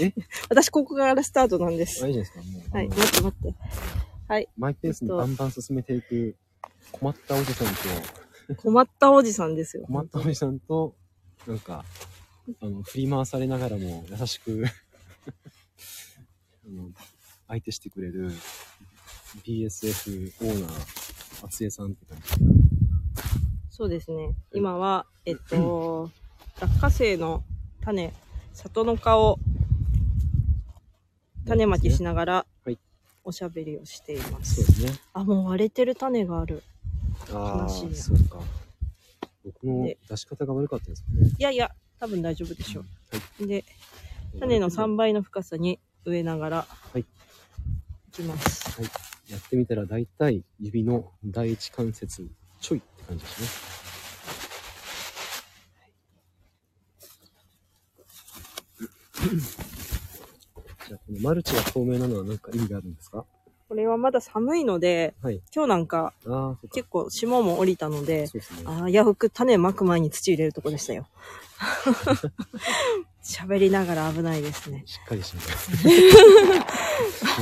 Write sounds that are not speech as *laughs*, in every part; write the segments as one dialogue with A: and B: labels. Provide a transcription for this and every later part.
A: え
B: 私、ここからスタートなんで
A: あ
B: す。
A: いいじゃないですか。もう、
B: はい、
A: あの
B: 待って待って。はい、
A: マイペースにバンバン進めていく、困ったおじさんと、
B: 困ったおじさんですよ。
A: 困ったおじさんと、なんか、あの、振り回されながらも優しく *laughs* あの、相手してくれる BSF オーナー、厚江さんって感じ。
B: そうですね。今は、えっ
A: *clears throat*
B: と、落花生の種、里の香を種まきし
A: な
B: ながら
A: はい、
B: おしゃべりをしていま
A: そう
B: す。
A: ですね。
B: あ、もう割れてる種がある。
A: ああ、
B: 悲しいな
A: そうか。僕の
B: で
A: 出し方が悪かったんですかね。
B: いやいや、多分大丈夫でしょ
A: は
B: う。で、種の3
A: 番
B: 倍の深さに植えながら、
A: い
B: いきます。
A: やってみたら大体指の第一関節ちょいって感じですね。じゃあこのマルチが透明なのは何か意味があるんですか
B: これはまだ寒いので、
A: はい。
B: 今日なんか
A: ああ、そっか。
B: 結構霜も降りたので、
A: そうですね。
B: ああ、やふく種まく前に土入れるとこでした *laughs* よ。喋りながら危ないですね。
A: しっかりして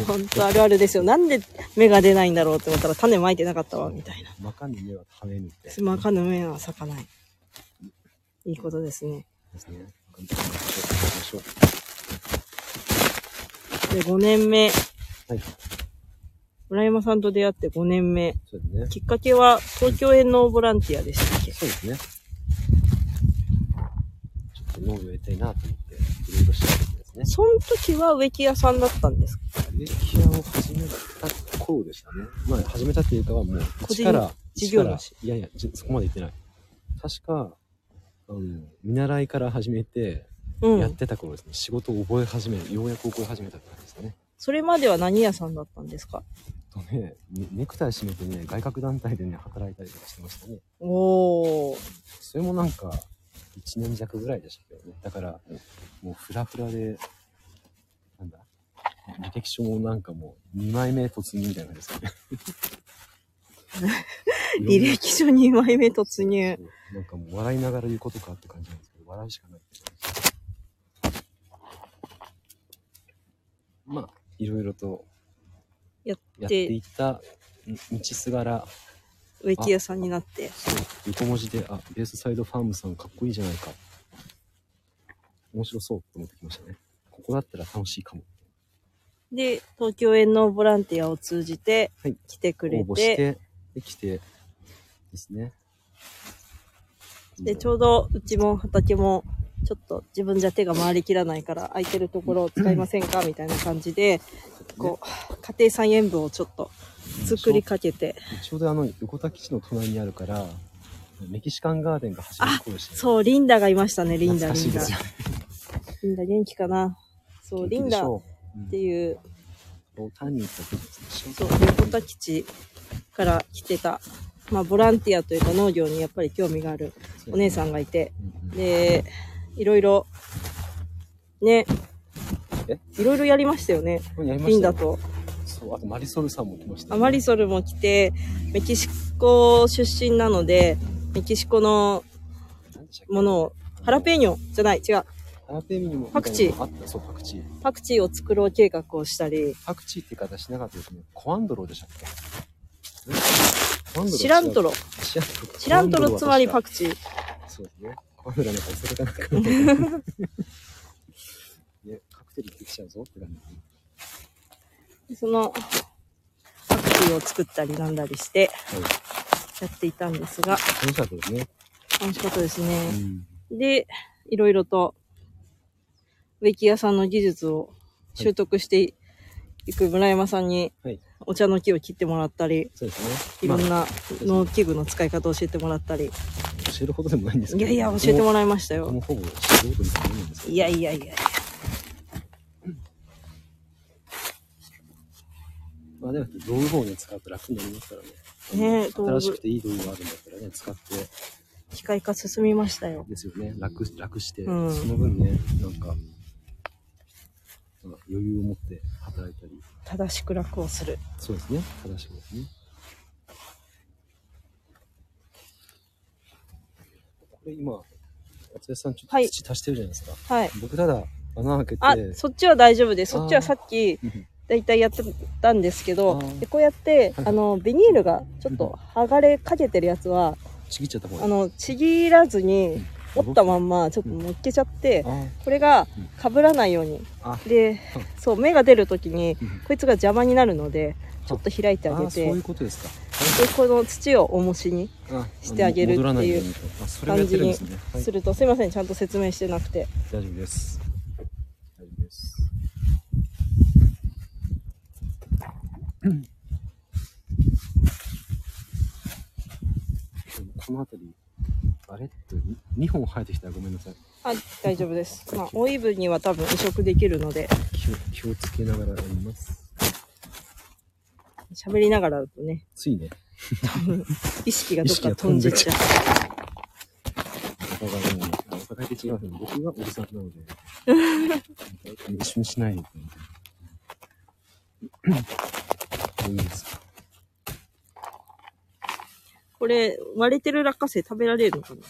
B: ほんとあるあるですよ。なんで芽が出ないんだろうって思ったら種まいてなかったわ、みたいな。
A: な。まかに目は跳ねるって。
B: つまかぬ芽は咲かない。いいことですね。
A: ですね。頑張っていきましょう。
B: で、5年目。
A: はい。
B: 村山さんと出会って5年目。
A: そうですね。
B: きっかけは東京へのボランティアでしたっけ
A: そうですね。ちょっと農業やりたいなと思って、いろいろ調べてですね。
B: その時は植木屋さんだったんですか
A: 植木屋を始めた頃でしたね。まあ、始めたっていうかはもう、
B: 個人
A: 一から、
B: 事
A: 一
B: 業
A: から
B: 主、
A: いやいや、じそこまで行ってない。確か、あの、見習いから始めて、
B: う
A: やっ
B: ん。
A: てた頃ですね、仕事を覚え始める、ようやく覚え始めたって感じですね。
B: それまでは何屋さんだったんですか
A: とね、ねネクタイ締めてね、外郭団体でね、働いたりとかしてましたね。
B: おー。
A: それもなんか、1年弱ぐらいでしたけどね。だから、もうフラフラで、なんだ、履歴書もなんかもう2枚目突入みたいな感じですかね。
B: *laughs* 履歴書2枚 *laughs* 目突入。
A: そうなんかもう笑いながら言うことかって感じなんですけど、笑うしかないって感じ。まあ、いろいろと
B: やっ
A: やって
B: て
A: いったん道すがら、
B: 植木屋さんになって。
A: 横文字で、あ、ベースサイドファームさんかっこいいじゃないか。面白そうって思ってきましたね。ここだったら楽しいかも。
B: で、東京園のボランティアを通じて
A: はい
B: 来てくれて、
A: 応募して、できてですね。
B: で、ちょうどうちも畑も、ちょっと自分じゃ手が回りきらないから空いてるところを使いませんかみたいな感じで、こう、家庭菜園部をちょっと作りかけて、
A: ちょうどあの、横田基地の隣にあるから、メキシカンガーデンが走る頃でしたね、
B: そう、リンダがいましたね、リンダ、リ
A: 懐かしい
B: ン
A: で
B: ダ
A: す。よね。
B: リンダ元気かな。そう、リンダっ
A: ってていう。
B: いう、
A: ロタニーってことですね。
B: そう、横田基地から来てた、まあ、ボランティアというか農業にやっぱり興味があるお姉さんがいて、
A: うんうん。
B: で、いろいろ、ね
A: え、
B: いろいろやりましたよね。
A: やりましたよ
B: リンダ。と。
A: そう、あとマリソルさんも来ました、
B: アマリソルも来て、メキシコ出身なので、メキシコのものを、ハラペーニョじゃない、違う、
A: ハラペーニョも
B: パクチー
A: あった、そう、パクチー。
B: パクチーを作ろう計画をしたり、
A: パクチーって言い方しなかったですね。コアンドロでしたっけんコアンドロ
B: シラントロ。
A: シラントロ。
B: シラントロつまりパ
A: ク
B: クチー。
A: そうですね。コアンドロなんか恐れたなく
B: *laughs*
A: なった。ね、カクテルできちゃうぞって感じ。
B: その、パクチーを作ったりなんだりして、
A: はい。
B: やっていたんですが、
A: 楽しかったですね。
B: 楽しかったです
A: う
B: ね。
A: ん。
B: で、いろいろと、植木屋さんの技術を習得していく村山さんに
A: はい。
B: お茶の木を切ってもらったり、
A: そうです
B: い
A: ね。
B: ろ
A: ま
B: ん
A: あ
B: な
A: そうですね
B: 農機具の使い方を教えてもらったり、
A: 教えるほどでもないんです
B: い
A: け
B: やい
A: ど。
B: や、教えても
A: ら
B: らいました
A: もう
B: よ。
A: ほぼ素人みたいなもんですけど
B: いやいやいや。
A: まあでも道具をね、使うと楽になりますからね。
B: ねえ道具
A: 新しくていい道具があるんだったらね、使って。
B: 機械化進みましたよ。
A: ですよね楽楽して、
B: うん
A: その分ねなんかまあ余裕を持って働いたり
B: 正しく楽をする。
A: そうですね正しくですねこれ今松也さんちょっ
B: はい
A: と土足してるじゃないですか、
B: はい。
A: 僕ただ穴開けて。
B: あ、そっちは大丈夫です。
A: あー
B: そっちはさっき、
A: うん
B: だいたいやってたんですけ
A: あ
B: ど
A: ー、
B: でこうやって
A: はい、
B: あの、ビニールがちょっと剥がれかけてるやつは、
A: ちぎっちゃった方が
B: あ
A: いい。
B: の、ちぎらずに、
A: うん
B: 折ったまんま、ちょっと乗っけちゃって、
A: あ
B: これが被らないように。
A: あ
B: で、そう、芽が出るときに、こいつが邪魔になるので、ちょっと開いてあ
A: あ
B: げ
A: あ、そう
B: て、
A: い
B: で
A: うことですか。
B: この土を重しに
A: あ
B: してあげるっていう
A: 戻らなよにとあそれをやってるんですね。はい
B: す、ると、すいません、ちゃんと説明してなくて。
A: 大丈夫です。大丈夫です。でもこの辺り、あれって2本生えてきたらごめんなさい。
B: あ、大丈夫です。まあ、オイブには多分移植できるので、
A: 気を気をつけながらやります。
B: 喋りながらだとね、
A: ついね、
B: 意識がどっか飛んじゃっちゃう。
A: お互いもう、お互いで違うけど、僕はおじさんなの *laughs* で、一緒にしないでくれいいですか
B: これ、割れてる落花生食べられるのかな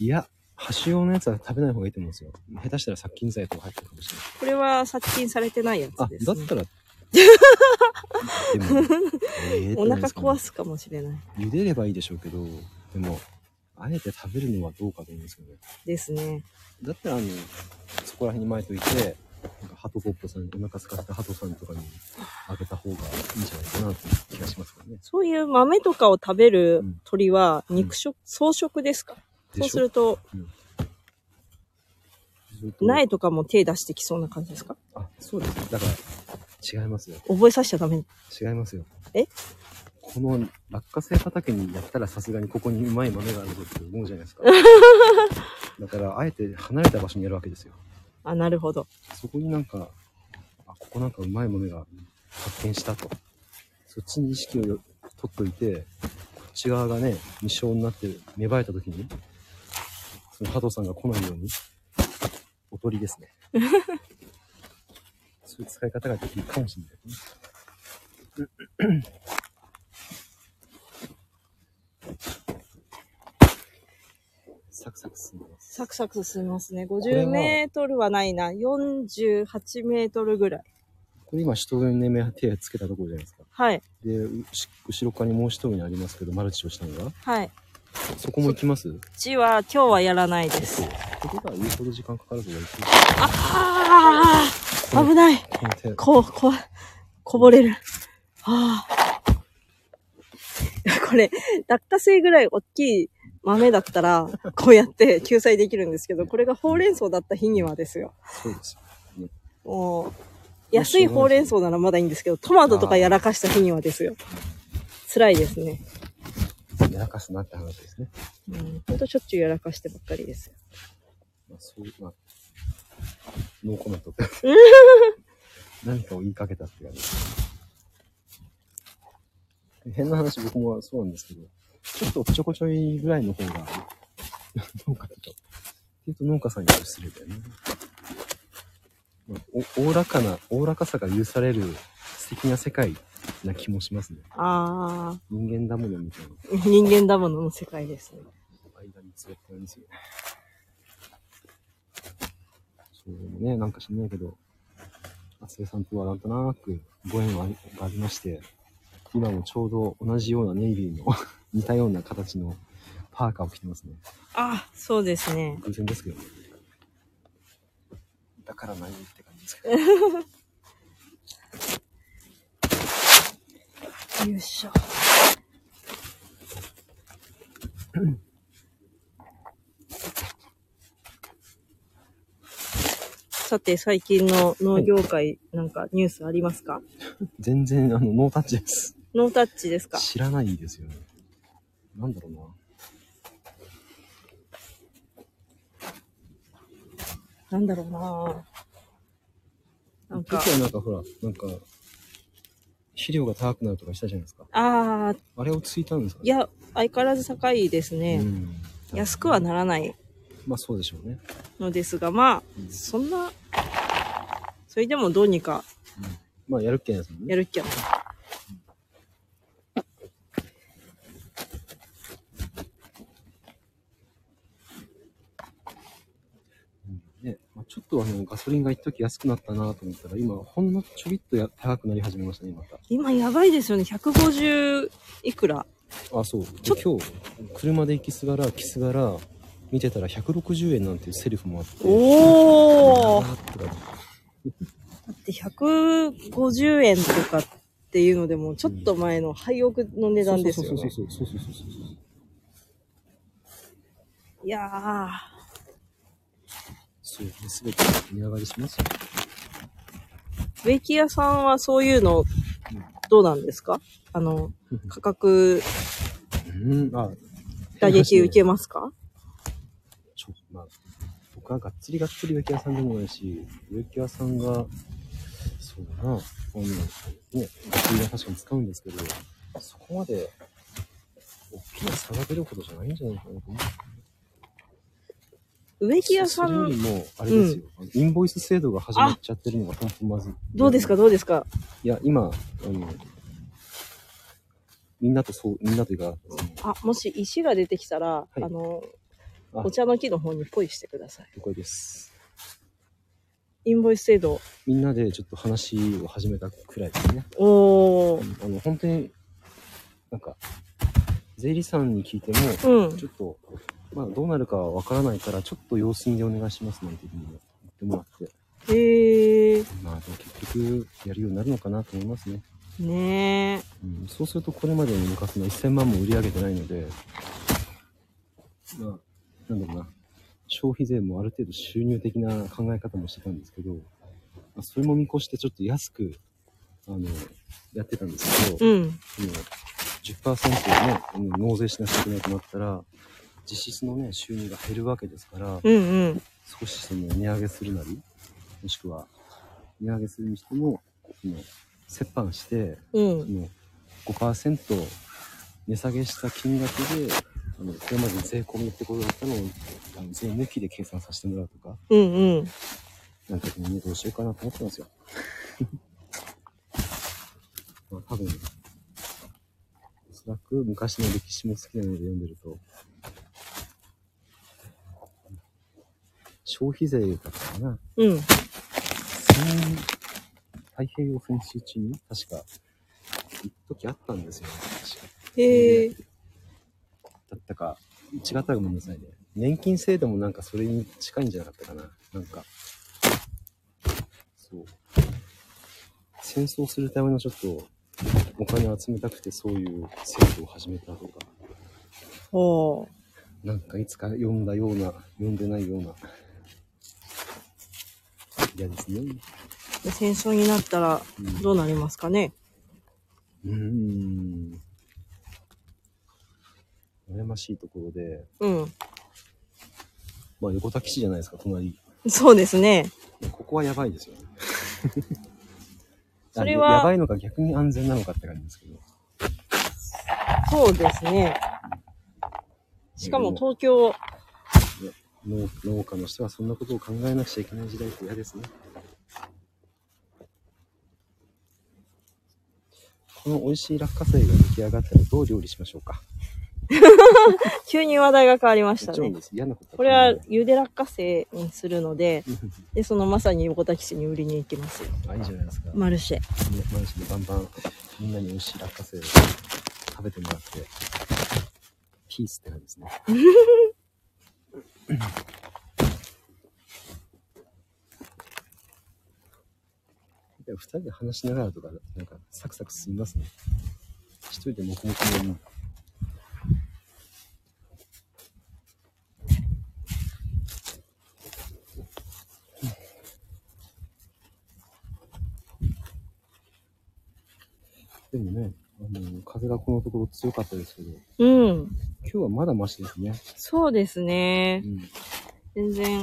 B: い
A: や、端用のやつは食べない方がいいと思うんですよ。下手したら殺菌剤とか入ってるかもしれない。
B: これは殺菌されてないやつ
A: あ、
B: です、
A: だっ
B: ね。 *laughs*
A: たら。でも、えー
B: お腹壊
A: す。
B: すかもしれない
A: 茹でればいいでしょうけど、でも、あえて食べるのはどうかと思うんですけどね。
B: ですね。
A: だったら、あの、そこら辺に巻いといて、なんか、ハトポッポさん、お腹使ったハトさんとかにあげた方がいいんじゃないかなという気がしますけどね。
B: そういう豆とかを食べる
A: うん
B: 鳥は
A: ん
B: 肉食、草食ですか
A: で
B: そう
A: し
B: す
A: ょ
B: ると、
A: ずっと
B: 苗とかも手出してきそうな感じですか
A: あ、そうですね。だから、違いますよ。
B: 覚えさせちゃダメ。
A: 違いますよ。
B: え
A: この落花生畑にやったらさすがにここにうまい豆があるぞって思うじゃないですか。だから、あえて離れた場所にやるわけですよ。
B: あ、なるほど。
A: そこになんか、あ、ここなんかうまい豆が発見したと。そっちに意識をよ取っといて、こっち側がね、未生になって芽生えた時に、そのハトさんが来ないように、おとりですね。そういう使い方ができるかもしれないね。サクサク進んでます。
B: サクサク進みますね。
A: れは
B: 50メートルはないな。48メートルぐらい。
A: これ今、人に目手つけたところじゃないですか。
B: はい。
A: で、うし後ろ側にもう一目にありますけど、マルチをしたのが。
B: はい。
A: そこも行きます
B: 地は今日はやらないです。
A: ここが言うほど時間かかるとか言って
B: ああ危ない。
A: この手。
B: こう、こ、こぼれる。あ *laughs* あ。これ、落花生ぐらい大きい豆だったら、こうやって救済できるんですけど、これがほうれん草だった日にはですよ。
A: そうですよ。
B: もう、安いほうれん草ならまだいいんですけど、トマトとかやらかした日にはですよ。辛いですね。
A: やらかすなって話ですね。
B: うん、ほんとしょっちゅうやらかしてばっかりです。
A: まあ、そういう、まあ、ノーコメントって。何かを言いかけたって感じ。変な話、僕もそうなんですけど、ちょっとおっちょこちょいぐらいの方が、農家と、っていうと農家さんには失礼だよね。まあおおおらかな、おおらかさが許される素敵な世界な気もしますね。
B: ああ、
A: 人間だものみたいな
B: 人間だものの世界ですね。
A: 間に座ってるんですよ。そうね、なんか知んないけど、厚江さんとはなんとなくご縁がありがありまして、今もちょうど同じようなネイビーの *laughs* 似たような形のパーカーを着てますね。
B: ああ、そうですね。
A: 偶然ですけどね。だから何って感じですけど。
B: よいしょ。 *coughs* さて、最近の農業界、なんかニュースありますか
A: 全然あの、ノータッチです。
B: ノータッチですか
A: 知らないんですよね。なんだろうな。
B: なんだろうなぁ。なんか
A: 結、構なんかほら、なんか、肥料が高くなるとかしたじゃないですか。
B: ああ、
A: あれをついたんですかね
B: いや、相変わらず高いです
A: う
B: ね。
A: ん
B: 安くはならない
A: まあそうでしょうね。
B: のですが、ま
A: うん
B: あ、そんな、それでもどうにか
A: まあやるっけないですもんね。
B: やるっきゃ。
A: ねまあ、ちょっとあの、ガソリンが一時安くなったなと思ったら、今、ほんのちょびっとや高くなり始めましたね、また。
B: 今やばいですよね。150いくら。
A: あ、そう。で
B: ち
A: 今日、車で行きすがら、来すがら、見てたら160円なんていうセリフもあって。
B: おお。だ
A: あーって感じ
B: って150円とかっていうのでも、ちょっと前の廃屋の値段ですよ
A: そう
B: ね。
A: そうそうそうそうそうそうそうそう。
B: いやー、
A: そうね、すべて値上がりしますよ。
B: 植木屋さんはそういうの、どうなんですかあの、価格
A: うん、あ、
B: *laughs* 打撃受けますか
A: ちょ、まあ、僕はがっつりがっつり植木屋さんでもないし、植木屋さんが、そうだな、あの、ね、ガは確かに使うんですけど、そこまで、大きな差が出るほどじゃないんじゃないかなと思う。
B: 植木屋さ
A: それより
B: ん、
A: も、あれですよ、あのインボイス制度が始まっちゃってるのが本当まずい。
B: どうですかどうですか
A: いや、今、あの、みんなとそう、みんなというか、その
B: あ、もし石が出てきたら、
A: い
B: あの、
A: あ
B: お茶の木の方にポイしてください。
A: 了解です。
B: インボイス制度。
A: みんなでちょっと話を始めたくらいですね。
B: おー。
A: あの、本当に、なんか、税理士さんに聞いても、
B: うん
A: ち。ょっと、まあどうなるかわからないから、ちょっと様子見でお願いしますなんていうふうに言ってもらって、
B: へえ。
A: まあでも結局やるようになるのかなと思いますね。
B: ねえ。
A: うん、そうするとこれまでの昔の1000万も売り上げてないので、まあ、なんだろうな、消費税もある程度収入的な考え方もしてたんですけど、まあ、それも見越してちょっと安く、あの、やってたんですけど、
B: うん。
A: その10%をね、あの納税しなきゃいけないとなったら、実質のね、収入が減るわけですから、
B: うんうん。
A: 少しその値上げするなり、もしくは、値上げするにしても、その折半して、
B: うん。
A: もう5%値下げした金額で、あのこれまで税込みってことだったのを、あの税抜きで計算させてもらうとか、
B: うんうん。
A: なんかね、どうしようかなと思ってますよ。 *laughs* まあ多分、おそらく昔の歴史も好きなので読んでると、消費税だったかな。
B: うん。
A: 戦太平洋戦争中に確か、一時あったんですよ、ね。確か
B: へえ。
A: だったか、違ったらごめんなさいね。年金制度もなんかそれに近いんじゃなかったかな。なんか、そう。戦争するためのちょっと、お金を集めたくてそういう制度を始めたとか、
B: ほう。
A: なんかいつか読んだような、読んでないような。嫌ですね。
B: で戦争になったら
A: うん
B: どうなりますかね。
A: うーん。羨ましいところで、
B: うん。
A: まあ横田基地じゃないですか、隣。
B: そうですね。
A: ここはやばいですよね。
B: それは
A: やばいのか逆に安全なのかって感じですけど。
B: そうですね。しかも東京、
A: 農農家の人はそんなことを考えなくちゃいけない時代って嫌ですね。この美味しい落花生が出来上がったらどう料理しましょうか。
B: 急に話題が変わりま
A: も
B: し
A: ち
B: た
A: ろん
B: ね。
A: です。嫌なこと
B: これは茹で落花生にするので、
A: は。
B: で、そのまさに横田基地に売りに行きますよ。
A: *laughs* あ、いいじゃないですか。
B: マルシェ。
A: ねマンションでバンバンみんなに美味しい落花生を食べてもらって、ピースって感じですね。 *laughs* でも二人で話しながらとか、なんかサクサク進みますね。一人で黙々の読むでもね、あの、風がこのところ強かったですけど、
B: うん。
A: 今日はまだマシですね。
B: そうですね
A: う。
B: 全
A: ん。
B: 然、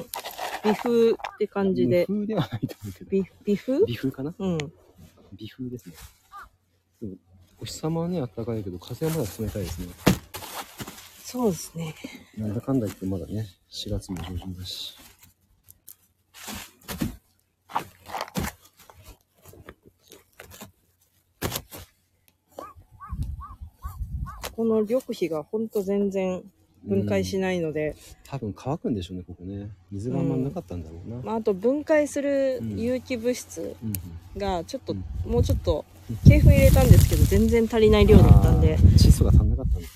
B: 微風って感じで。
A: 微風ではないと思うけど。
B: 微微風
A: 微風かな
B: うん。
A: 微風ですね。でもお日様はね、暖かいけど、風はまだ冷たいですね。
B: そうですね。
A: なんだかんだ言ってまだね、4月も上旬だし。
B: この緑肥がほんと全然分解しないので、
A: 多分乾くんでしょうねここね水があんまなかったんだろうな、うん
B: まあ、あと分解する有機物質
A: うん
B: がちょっと、
A: うん
B: もうちょっと系譜入れたんですけど全然足りない量だったんで
A: あー窒素が足んなかったんだ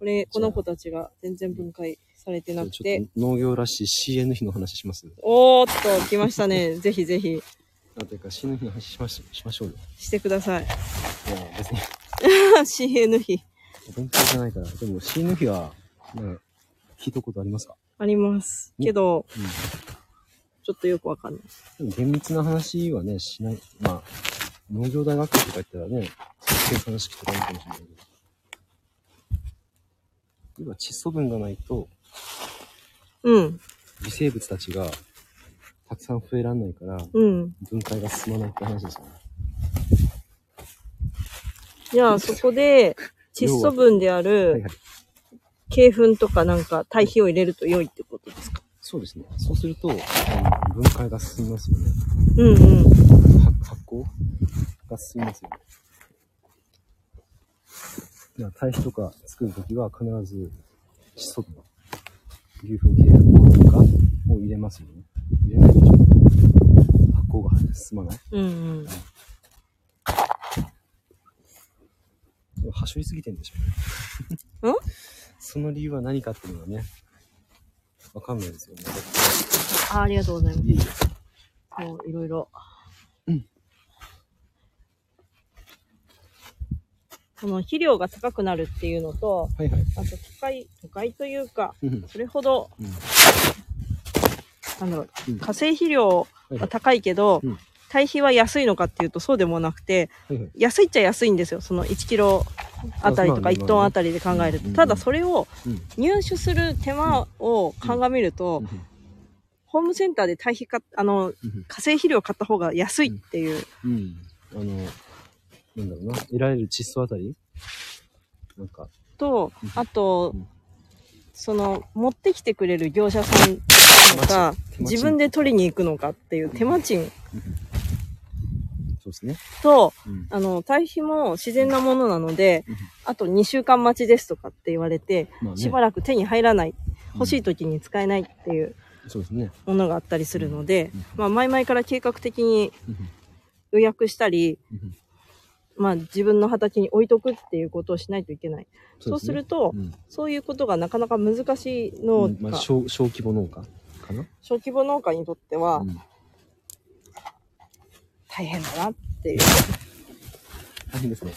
B: これこの子たちが全然分解されてなく
A: ちょ
B: て
A: っと農業らしい CN 比の話します
B: おーっと来ました
A: *laughs*
B: ねぜひぜひ
A: あというか CN 比の話しまししましょうよ
B: してください *laughs*
A: いや別に
B: CN 比
A: お勉強じゃないからでも CN 比はなんか聞いたことありますか、
B: ありますけど
A: うん
B: ちょっとよくわかんない
A: でも厳密な話はね、しない。まあ、農業大学とか言ったらね、計算式とかあるかもしれないけど。要は窒素分がないと、
B: うん
A: 微生物たちがたくさん増えられないから、
B: うん
A: 分解が進まないって話ですよね。
B: じゃあそこで窒素分であ
A: はい
B: る
A: はい。
B: 鶏粉とかなんか堆肥を入れると良いってことですか
A: そうですね。そうすると、あの分解が進みますよね。
B: うんうん
A: 発発酵が進みますよね。じゃあ、堆肥とか作るときは必ず、窒素とか、牛糞系とかを入れますよね。入れないとちょっと発酵が進まない。
B: うんうん
A: でも、はしょりすぎてんでしょ。
B: ん
A: その理由は何かっていうのはね、わかんないですよね。
B: あありがとうございます
A: いえいえ
B: こういろいろ。
A: うん
B: この肥料が高くなるっていうのと、
A: はいはい。
B: あと都会、都会というか、
A: うん。
B: それほど、
A: うん
B: なんだろう、
A: うん
B: 化成肥料
A: はいは。
B: はい高いけど、
A: うん
B: 堆肥は安いのかっていうとそうでもなくて、
A: はいはい。
B: 安いっちゃ安いんですよ。その1キロあたりとか
A: あそうなんだ
B: 1トンあたりで考える
A: う
B: と。
A: ん
B: ただそれを
A: うん。
B: 入手する手間を鑑みると、
A: うん
B: ホームセンターで堆肥か、あの、
A: うん
B: 化成肥料買った方が安いっていう
A: うん。あの、なんだろうな、得られる窒素あたりなんか、
B: と
A: うん、
B: あと
A: うん、
B: その、持ってきてくれる業者さんとか、
A: 手間賃
B: 自分で取りに行くのかっていう手間賃
A: そうですね。
B: と、
A: うん。
B: あの、堆肥も自然なものなので
A: うん、
B: あと2週間待ちですとかって言われて、
A: まあね、
B: しばらく手に入らない、欲しい
A: と、
B: 時に使えないっていう
A: そうですね。
B: ものがあったりするので
A: うん、
B: まあ、前々から計画的に
A: うん
B: 予約したり、
A: うん
B: まあ、自分の畑に置いとくっていうことをしないといけない。そうする
A: と、
B: と
A: う、ん
B: そういうことがなかなか難しい
A: うん
B: 農
A: まあ、
B: 家。
A: 小小規模農家かな。
B: 小規模農家にとっては
A: うん
B: 大変だなっていう。
A: 大変ですね。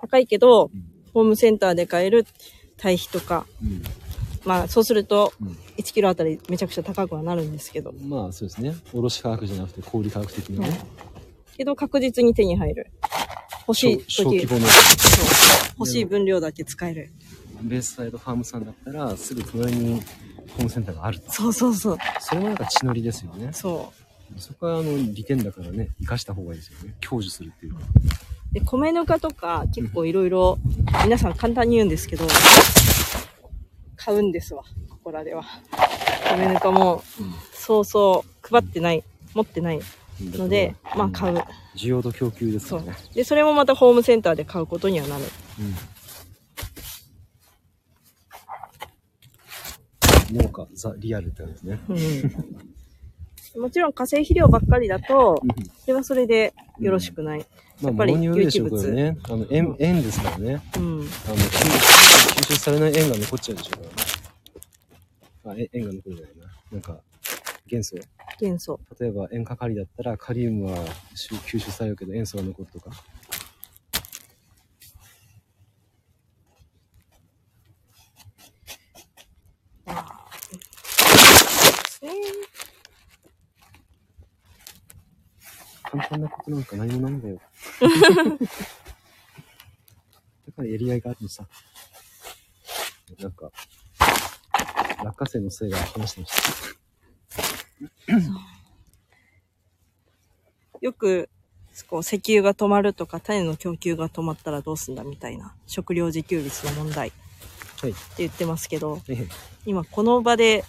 B: 高いけど
A: う、ん
B: ホームセンターで買える堆肥とか、
A: うん
B: まあそうすると
A: うん
B: 1キロあたりめちゃくちゃ高くはなるんですけど、
A: まあそうですね。卸価格じゃなくて小売価格的なね。
B: けど確実に手に入る。欲しい
A: 小小
B: 時
A: 規、模の
B: そう欲しい分量だけ使える。
A: ベースサイドファームさんだったら、すぐ隣にホームセンターがある。
B: そうそうそう。
A: それもなんか血のりですよね。
B: そ
A: そこはあの利点だからね、生かした方がいいですよね。享受するっていうか。
B: う。で、米ぬかとか結構いろいろ、皆さん簡単に言うんですけど、買うんですわ、ここらでは。米ぬかも、そうそう、配ってない、持ってない
A: うん
B: ので、まあ買う。
A: 需要と供給ですからね。
B: で、それもまたホームセンターで買うことにはなる。
A: うん農家、ザ・リアルって感じですね。
B: うん、もちろん化成肥料ばっかりだと、それはそれでよろしくない。
A: まあ、
B: っぱり
A: 導入でしょうけどね。あの、円、円ですからね。
B: うん。
A: あの、吸吸収されない円が残っちゃうでしょうからね。あ、え円が残るじゃないな。なんか、元素。
B: 元素。
A: 例えば、塩化カリだったら、カリウムは吸吸収されるけど、塩素が残るとか。簡単なことなんか何もない
B: *laughs*
A: んだよ。だからやりがいがあるのさ。なんか、落花生のせいが話してました。
B: よく、こう石油が止まるとか、種の供給が止まったらどうすんだみたいな、食料自給率の問題って
A: はい。
B: 言ってますけど、
A: 大変。
B: 今この場で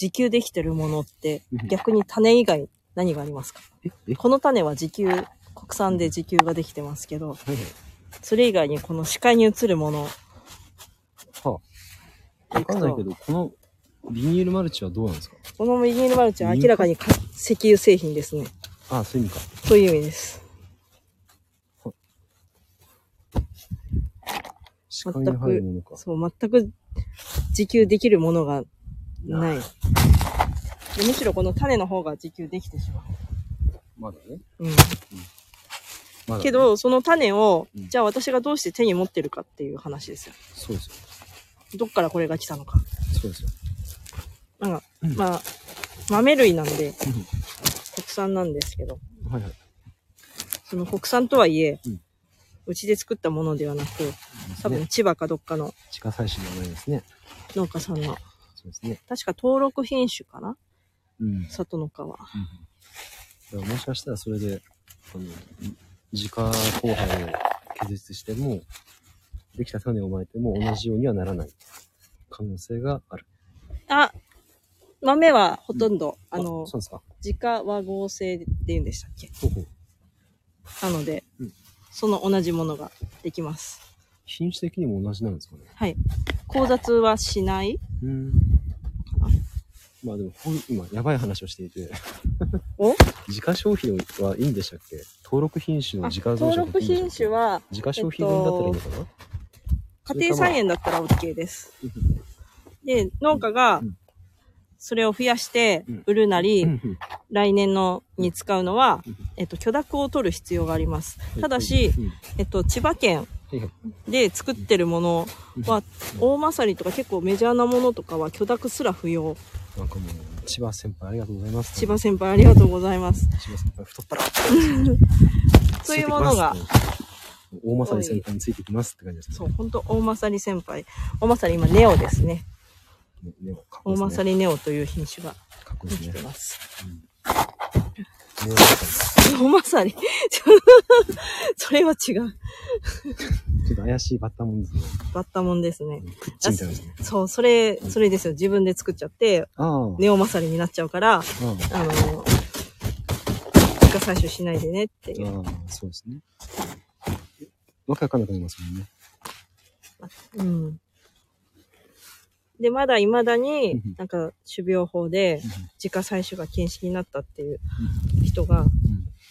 B: 自給できてるものって
A: うん、
B: 逆に種以外何がありますか
A: え、え、
B: この種は自給、国産で自給ができてますけど、
A: はいはい。
B: それ以外にこの視界に映るもの。
A: はあ、わかんないけど、このビニールマルチはどうなんですか
B: このビニールマルチは明らかにか石油製品ですね。
A: ああ、そういう意味か。
B: という意味です。
A: 視界に入るものか。
B: そう、全く自給できるものがない。でむしろこの種の方が自給できてしま
A: まだね。
B: う。うん。
A: まだね
B: け、ど、その種を、
A: うん
B: じゃあ私がどうして手に持ってるかっていう話ですよ。
A: そうですよ。
B: どっからこれが来たのか。
A: そうですよ。
B: なんか、
A: うん
B: まあ、豆類なんで、国産なんですけど、
A: はいはい。
B: その国産とはいえ
A: うん、
B: うち、で作ったものではなく、多分
A: ね、
B: 千葉かどっかの
A: 地下採取ではないですね。
B: 農家さんの、
A: そうですね。
B: 確か登録品種かな
A: うん。
B: 里の川。
A: だからもしかしたらそれで、あの、自家交配を気絶しても、できた種をまいても同じようにはならない可能性がある。
B: あ、豆はほとんど、あの、
A: そうですか。
B: 自家和合成って言うんでしたっけ
A: ほうほう
B: なので、
A: うん
B: その同じものができます。
A: 品種的にも同じなんですかね。
B: はい。交雑はしない
A: うん。まあでも、ほん今、やばい話をしていて、
B: お
A: 自家消費はいいんでしたっけ登録品種の
B: あ
A: 自家増殖
B: 登録品種、は
A: 自家消費分だったらいいのかな、
B: 家庭菜園だったら OK です。で、農家が
A: うん
B: それを増やして
A: うん
B: 売るなり、
A: うんうん
B: 来年のに使うのは
A: うん、
B: えっと、許諾を取る必要があります。
A: うん
B: ただし、
A: うん
B: えっと、千葉県
A: はいはい
B: で作ってるものは、大まさりとか結構メジャーなものとかは許諾すら不要。
A: なんかもう、千葉先輩ありがとうございます。
B: 千葉先輩ありがとうございます。
A: 千葉先輩、太っ腹。
B: そういうものが
A: ついてきます。大まさに先輩についてきますって感じですね。
B: そう、ほんと、大まさり先輩。大まさり今、ネオですね。
A: ね。ねかっこ
B: 大
A: いい
B: ま
A: です
B: さ
A: ね。
B: りネオという品種が
A: かっこい
B: で
A: い
B: き
A: で
B: て
A: すね。
B: ます。
A: ねまさ
B: 大まさり。 *laughs* ちょそれは違う。
A: にちょっと怪しいバッタモンですね。
B: バッタモンですね。
A: プッチみたいなですね。
B: そう、それ、それですよ。自分で作っちゃって、
A: ああ。
B: ネオまさりになっちゃうから、
A: ああ。
B: あの、自家採取しないでねっていう。
A: ああ、そうですね。わけわかんなくなりますもんね。
B: うん。で、まだ未だ
A: う
B: に
A: ん、
B: なんか、種苗法で、自家採取が禁止になったっていう人が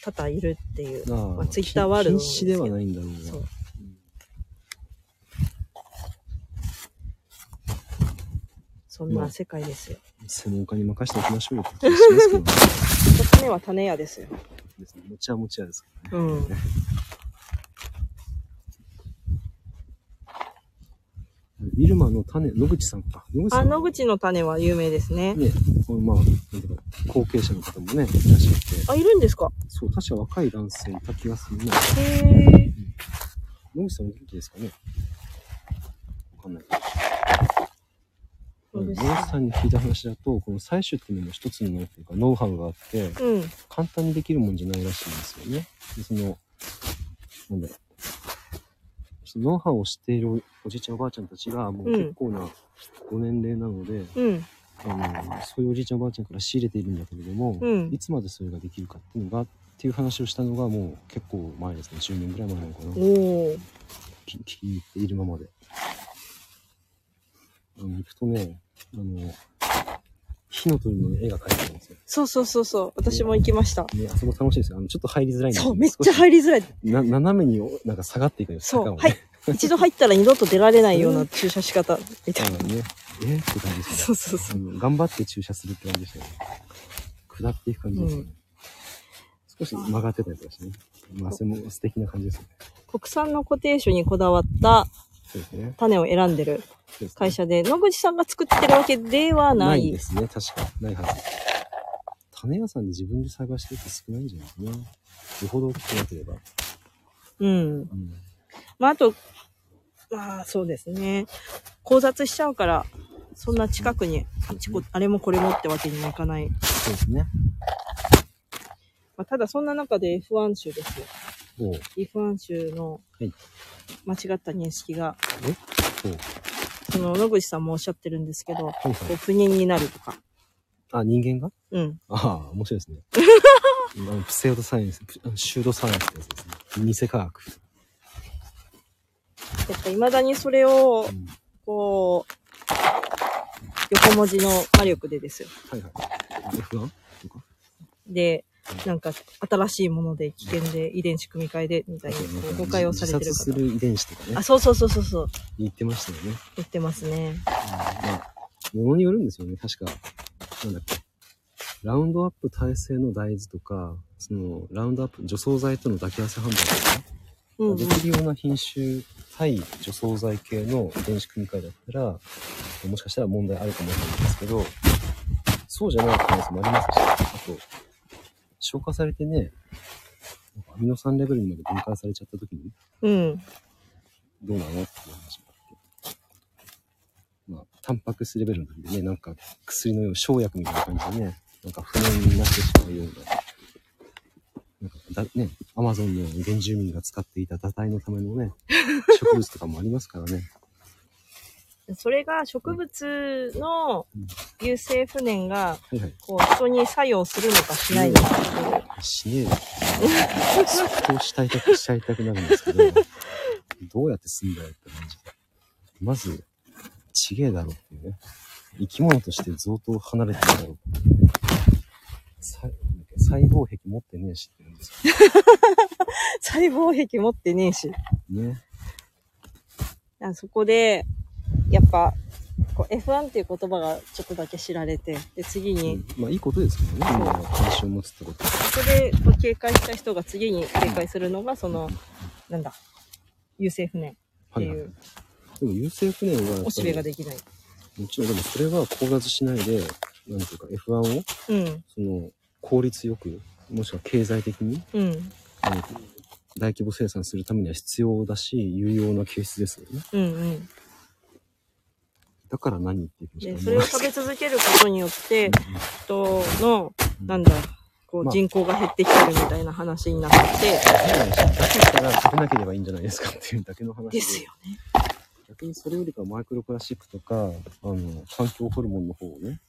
B: 多々いるっていう。
A: あ
B: まあ Twitter ワールドなんです
A: 禁
B: け
A: 止
B: ど
A: ではないんだろうが。
B: そう。そんな世界ですよ。
A: 専門家に任せておきましょうよって気がしますけどね。
B: 一つ目は種屋ですよ。
A: ですねもちゃもちゃですからね。
B: うん。
A: ビルマの種、野口さんか。野口さ
B: あ、
A: ん。
B: 野口の種は有名ですね。
A: ね、このまあ、なんていうか、後継者の方もね、いらっしゃって、
B: あ、いるんですか
A: そう、確か若い男性いた気がするね。
B: へえ。
A: 野口さんお元気ですかねわかんないけど。
B: そ
A: 野
B: うで
A: 口
B: すね
A: さんに聞いた話だと、この採取っていうのも一つの、なんていうか、ノウハウがあって、
B: うん。
A: 簡単にできるもんじゃないらしいんですよね。でその、なんだろう。そのノウハウを知っているおじいちゃんおばあちゃんたちが、もう
B: うん
A: 結構なご年齢なので、
B: うん。
A: あのそういうおじいちゃんおばあちゃんから仕入れているんだけれども、
B: うん
A: いつまでそれができるかっていうのがっていう話をしたのがもう結構前ですね10年ぐらい前なのかな、
B: おお。
A: き気に入っているままであの行くとねあの火の鳥の絵が描いてあるんですよ
B: そうそうそうそう。私も行きました。
A: ね、あそこ楽しいですよ。あの、ちょっと入りづらいんです
B: そ
A: けど
B: う、めっちゃ入りづらい。
A: 少しな斜めになんか下がっていくんです
B: そう。
A: 坂を
B: はい
A: ね。。
B: 一度入ったら二度と出られないような駐車仕方みたい
A: あ
B: な。
A: のね、えって感じですね。
B: そうそうそう。
A: あの頑張って駐車するって感じでしたよね。下っていく感じですよね。少し曲がってたりとかしてね。まあ、それも素敵な感じですね。
B: 国産の固定種にこだわった
A: そうですね。
B: 種を選んでる
A: そうですね
B: 会社で、野口さんが作ってるわけではな。
A: ないいですね。確か。ないはず。種屋さんで自分で栽培してるって少ないんじゃないですかね。よほど大きくなければ。
B: うん。
A: うん。
B: まあ、あと、まあ、そうですね。交雑しちゃうから、そんな近くに、あちこあれもこれもってわけにもいかない。
A: そうですね。
B: まあ、ただ、そんな中で F1 種ですよ。
A: おう。
B: F1 種の
A: はい
B: 間違った認識が、
A: おう。
B: その、野口さんもおっしゃってるんですけど、
A: はいは
B: こう
A: い。
B: 不妊になるとか。
A: あ、人間が
B: うん。
A: ああ、面白いで
B: *laughs*
A: すね。あのプセウドサイエンス、プあのシュードサイエンスってやつですね。偽科学。
B: やっぱ未だにそれを
A: う、ん
B: こう、横文字の魔力でですよ。
A: はいはい。F1? とか
B: で、なんか、新しいもので、危険で、遺伝子組み換えで、みたいにこう誤解をされてる
A: 自殺す
B: か
A: る遺伝子とかね
B: ら。あ、。そうそうそうそうそう、
A: 言ってましたよね。うん
B: 言ってますね。
A: まあ、ものによるんですよね。確か、なんだっけ。ラウンドアップ耐性の大豆とか、その、ラウンドアップ除草剤との抱き合わせ販売とかね、
B: うん、うん。
A: できるような品種対除草剤系の遺伝子組み換えだったら、もしかしたら問題あるかもしれないんですけど、そうじゃない可能性もありますし、あと、消化されてね、なんかアミノ酸レベルにまで分解されちゃった時に、
B: うん。
A: どうなのっていう話もあって。まあ、タンパク質レベルなんでね、なんか薬のよう、生薬みたいな感じでね、なんか不能になってしまうような。なんかだね、アマゾンの原住民が使っていた堕胎のためのね、植物とかもありますからね。
B: それが植物の有性不燃が、
A: はいはい。
B: こう、人に作用するのかしないのかっていう。
A: 死ねえよ。即答したいたくしちゃいたくなるんですけど、どうやってすんだよって感じで。まず、ちげえだろっていうね。生き物として贈答を離れてるだろう。細細胞壁持ってねえしって言うんですよ
B: 細胞壁持ってねえし。
A: ね。
B: あそこで、やっぱ、こう F1 っていう言葉がちょっとだけ知られて、で、次に、
A: うんまあいいことですけどね、今は関心を持つってことは。
B: そこでこう警戒した人が次に警戒するのが、その、なんだ、優勢不燃。
A: は
B: てい
A: いうはい。でも優勢不燃はやっぱり
B: おしべができない。
A: もちろんでもそれは考察しないで、なんていうか F1 を
B: うん、
A: その効率よく、もしくは経済的に
B: うん、
A: あの大規模生産するためには必要だし、有用な形質ですよね。
B: うん、うん。
A: だから何っていう
B: で、
A: 話
B: それを食べ続けることによって、人の、なんだ、こ
A: ま
B: う
A: あ
B: 人口が減ってきてるみたいな話になってて、
A: だったら食べなければいいんじゃないですかっていうだけの話
B: ですよね。
A: 逆にそれよりかはマイクロプラスチックとか、あの、環境ホルモンの方をね、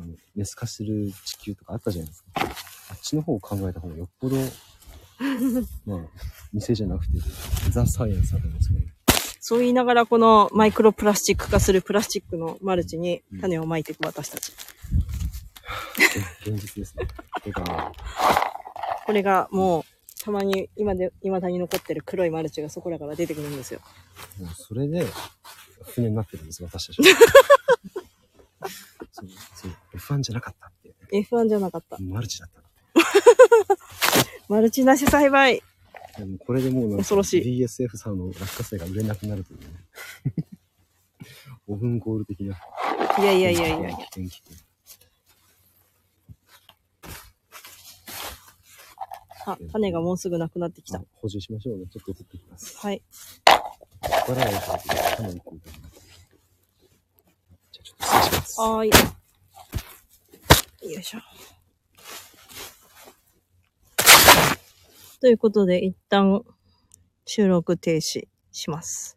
A: あの熱化する地球とかあったじゃないですか。あっちの方を考えた方がよっぽ
B: *laughs*
A: ど、まあ、店じゃなくて、ザ・サイエンスだと思うんですけど、
B: そう言いながら、このマイクロプラスチック化するプラスチックのマルチに種をまいていく私たち。
A: 現実です
B: *laughs*
A: ね。てか、
B: これがもう、たまに今で、未だに残ってる黒いマルチがそこらから出てくるんですよ。
A: もうそれで、船になってるんです、私たちは。
B: *laughs*
A: そう、そう、F1 じゃなかったって。
B: F1 じゃなかった。
A: マルチだったっ
B: マルチなし栽培。
A: て。でもこれでもうなんか
B: 恐ろし
A: DSF さんの落花生が売れなくなるというね。 *laughs* オブンゴール的な。
B: いやい
A: い
B: やいやいやいや。
A: 天気圏
B: あ、種がもうすぐなくなってきた
A: あ。補充しましょうね。ちょっと取ってきます。
B: はい。
A: バラエティーでかなりこう。じゃあちょっと失礼します。
B: はーい。よいしょ。ということで、一旦収録停止します。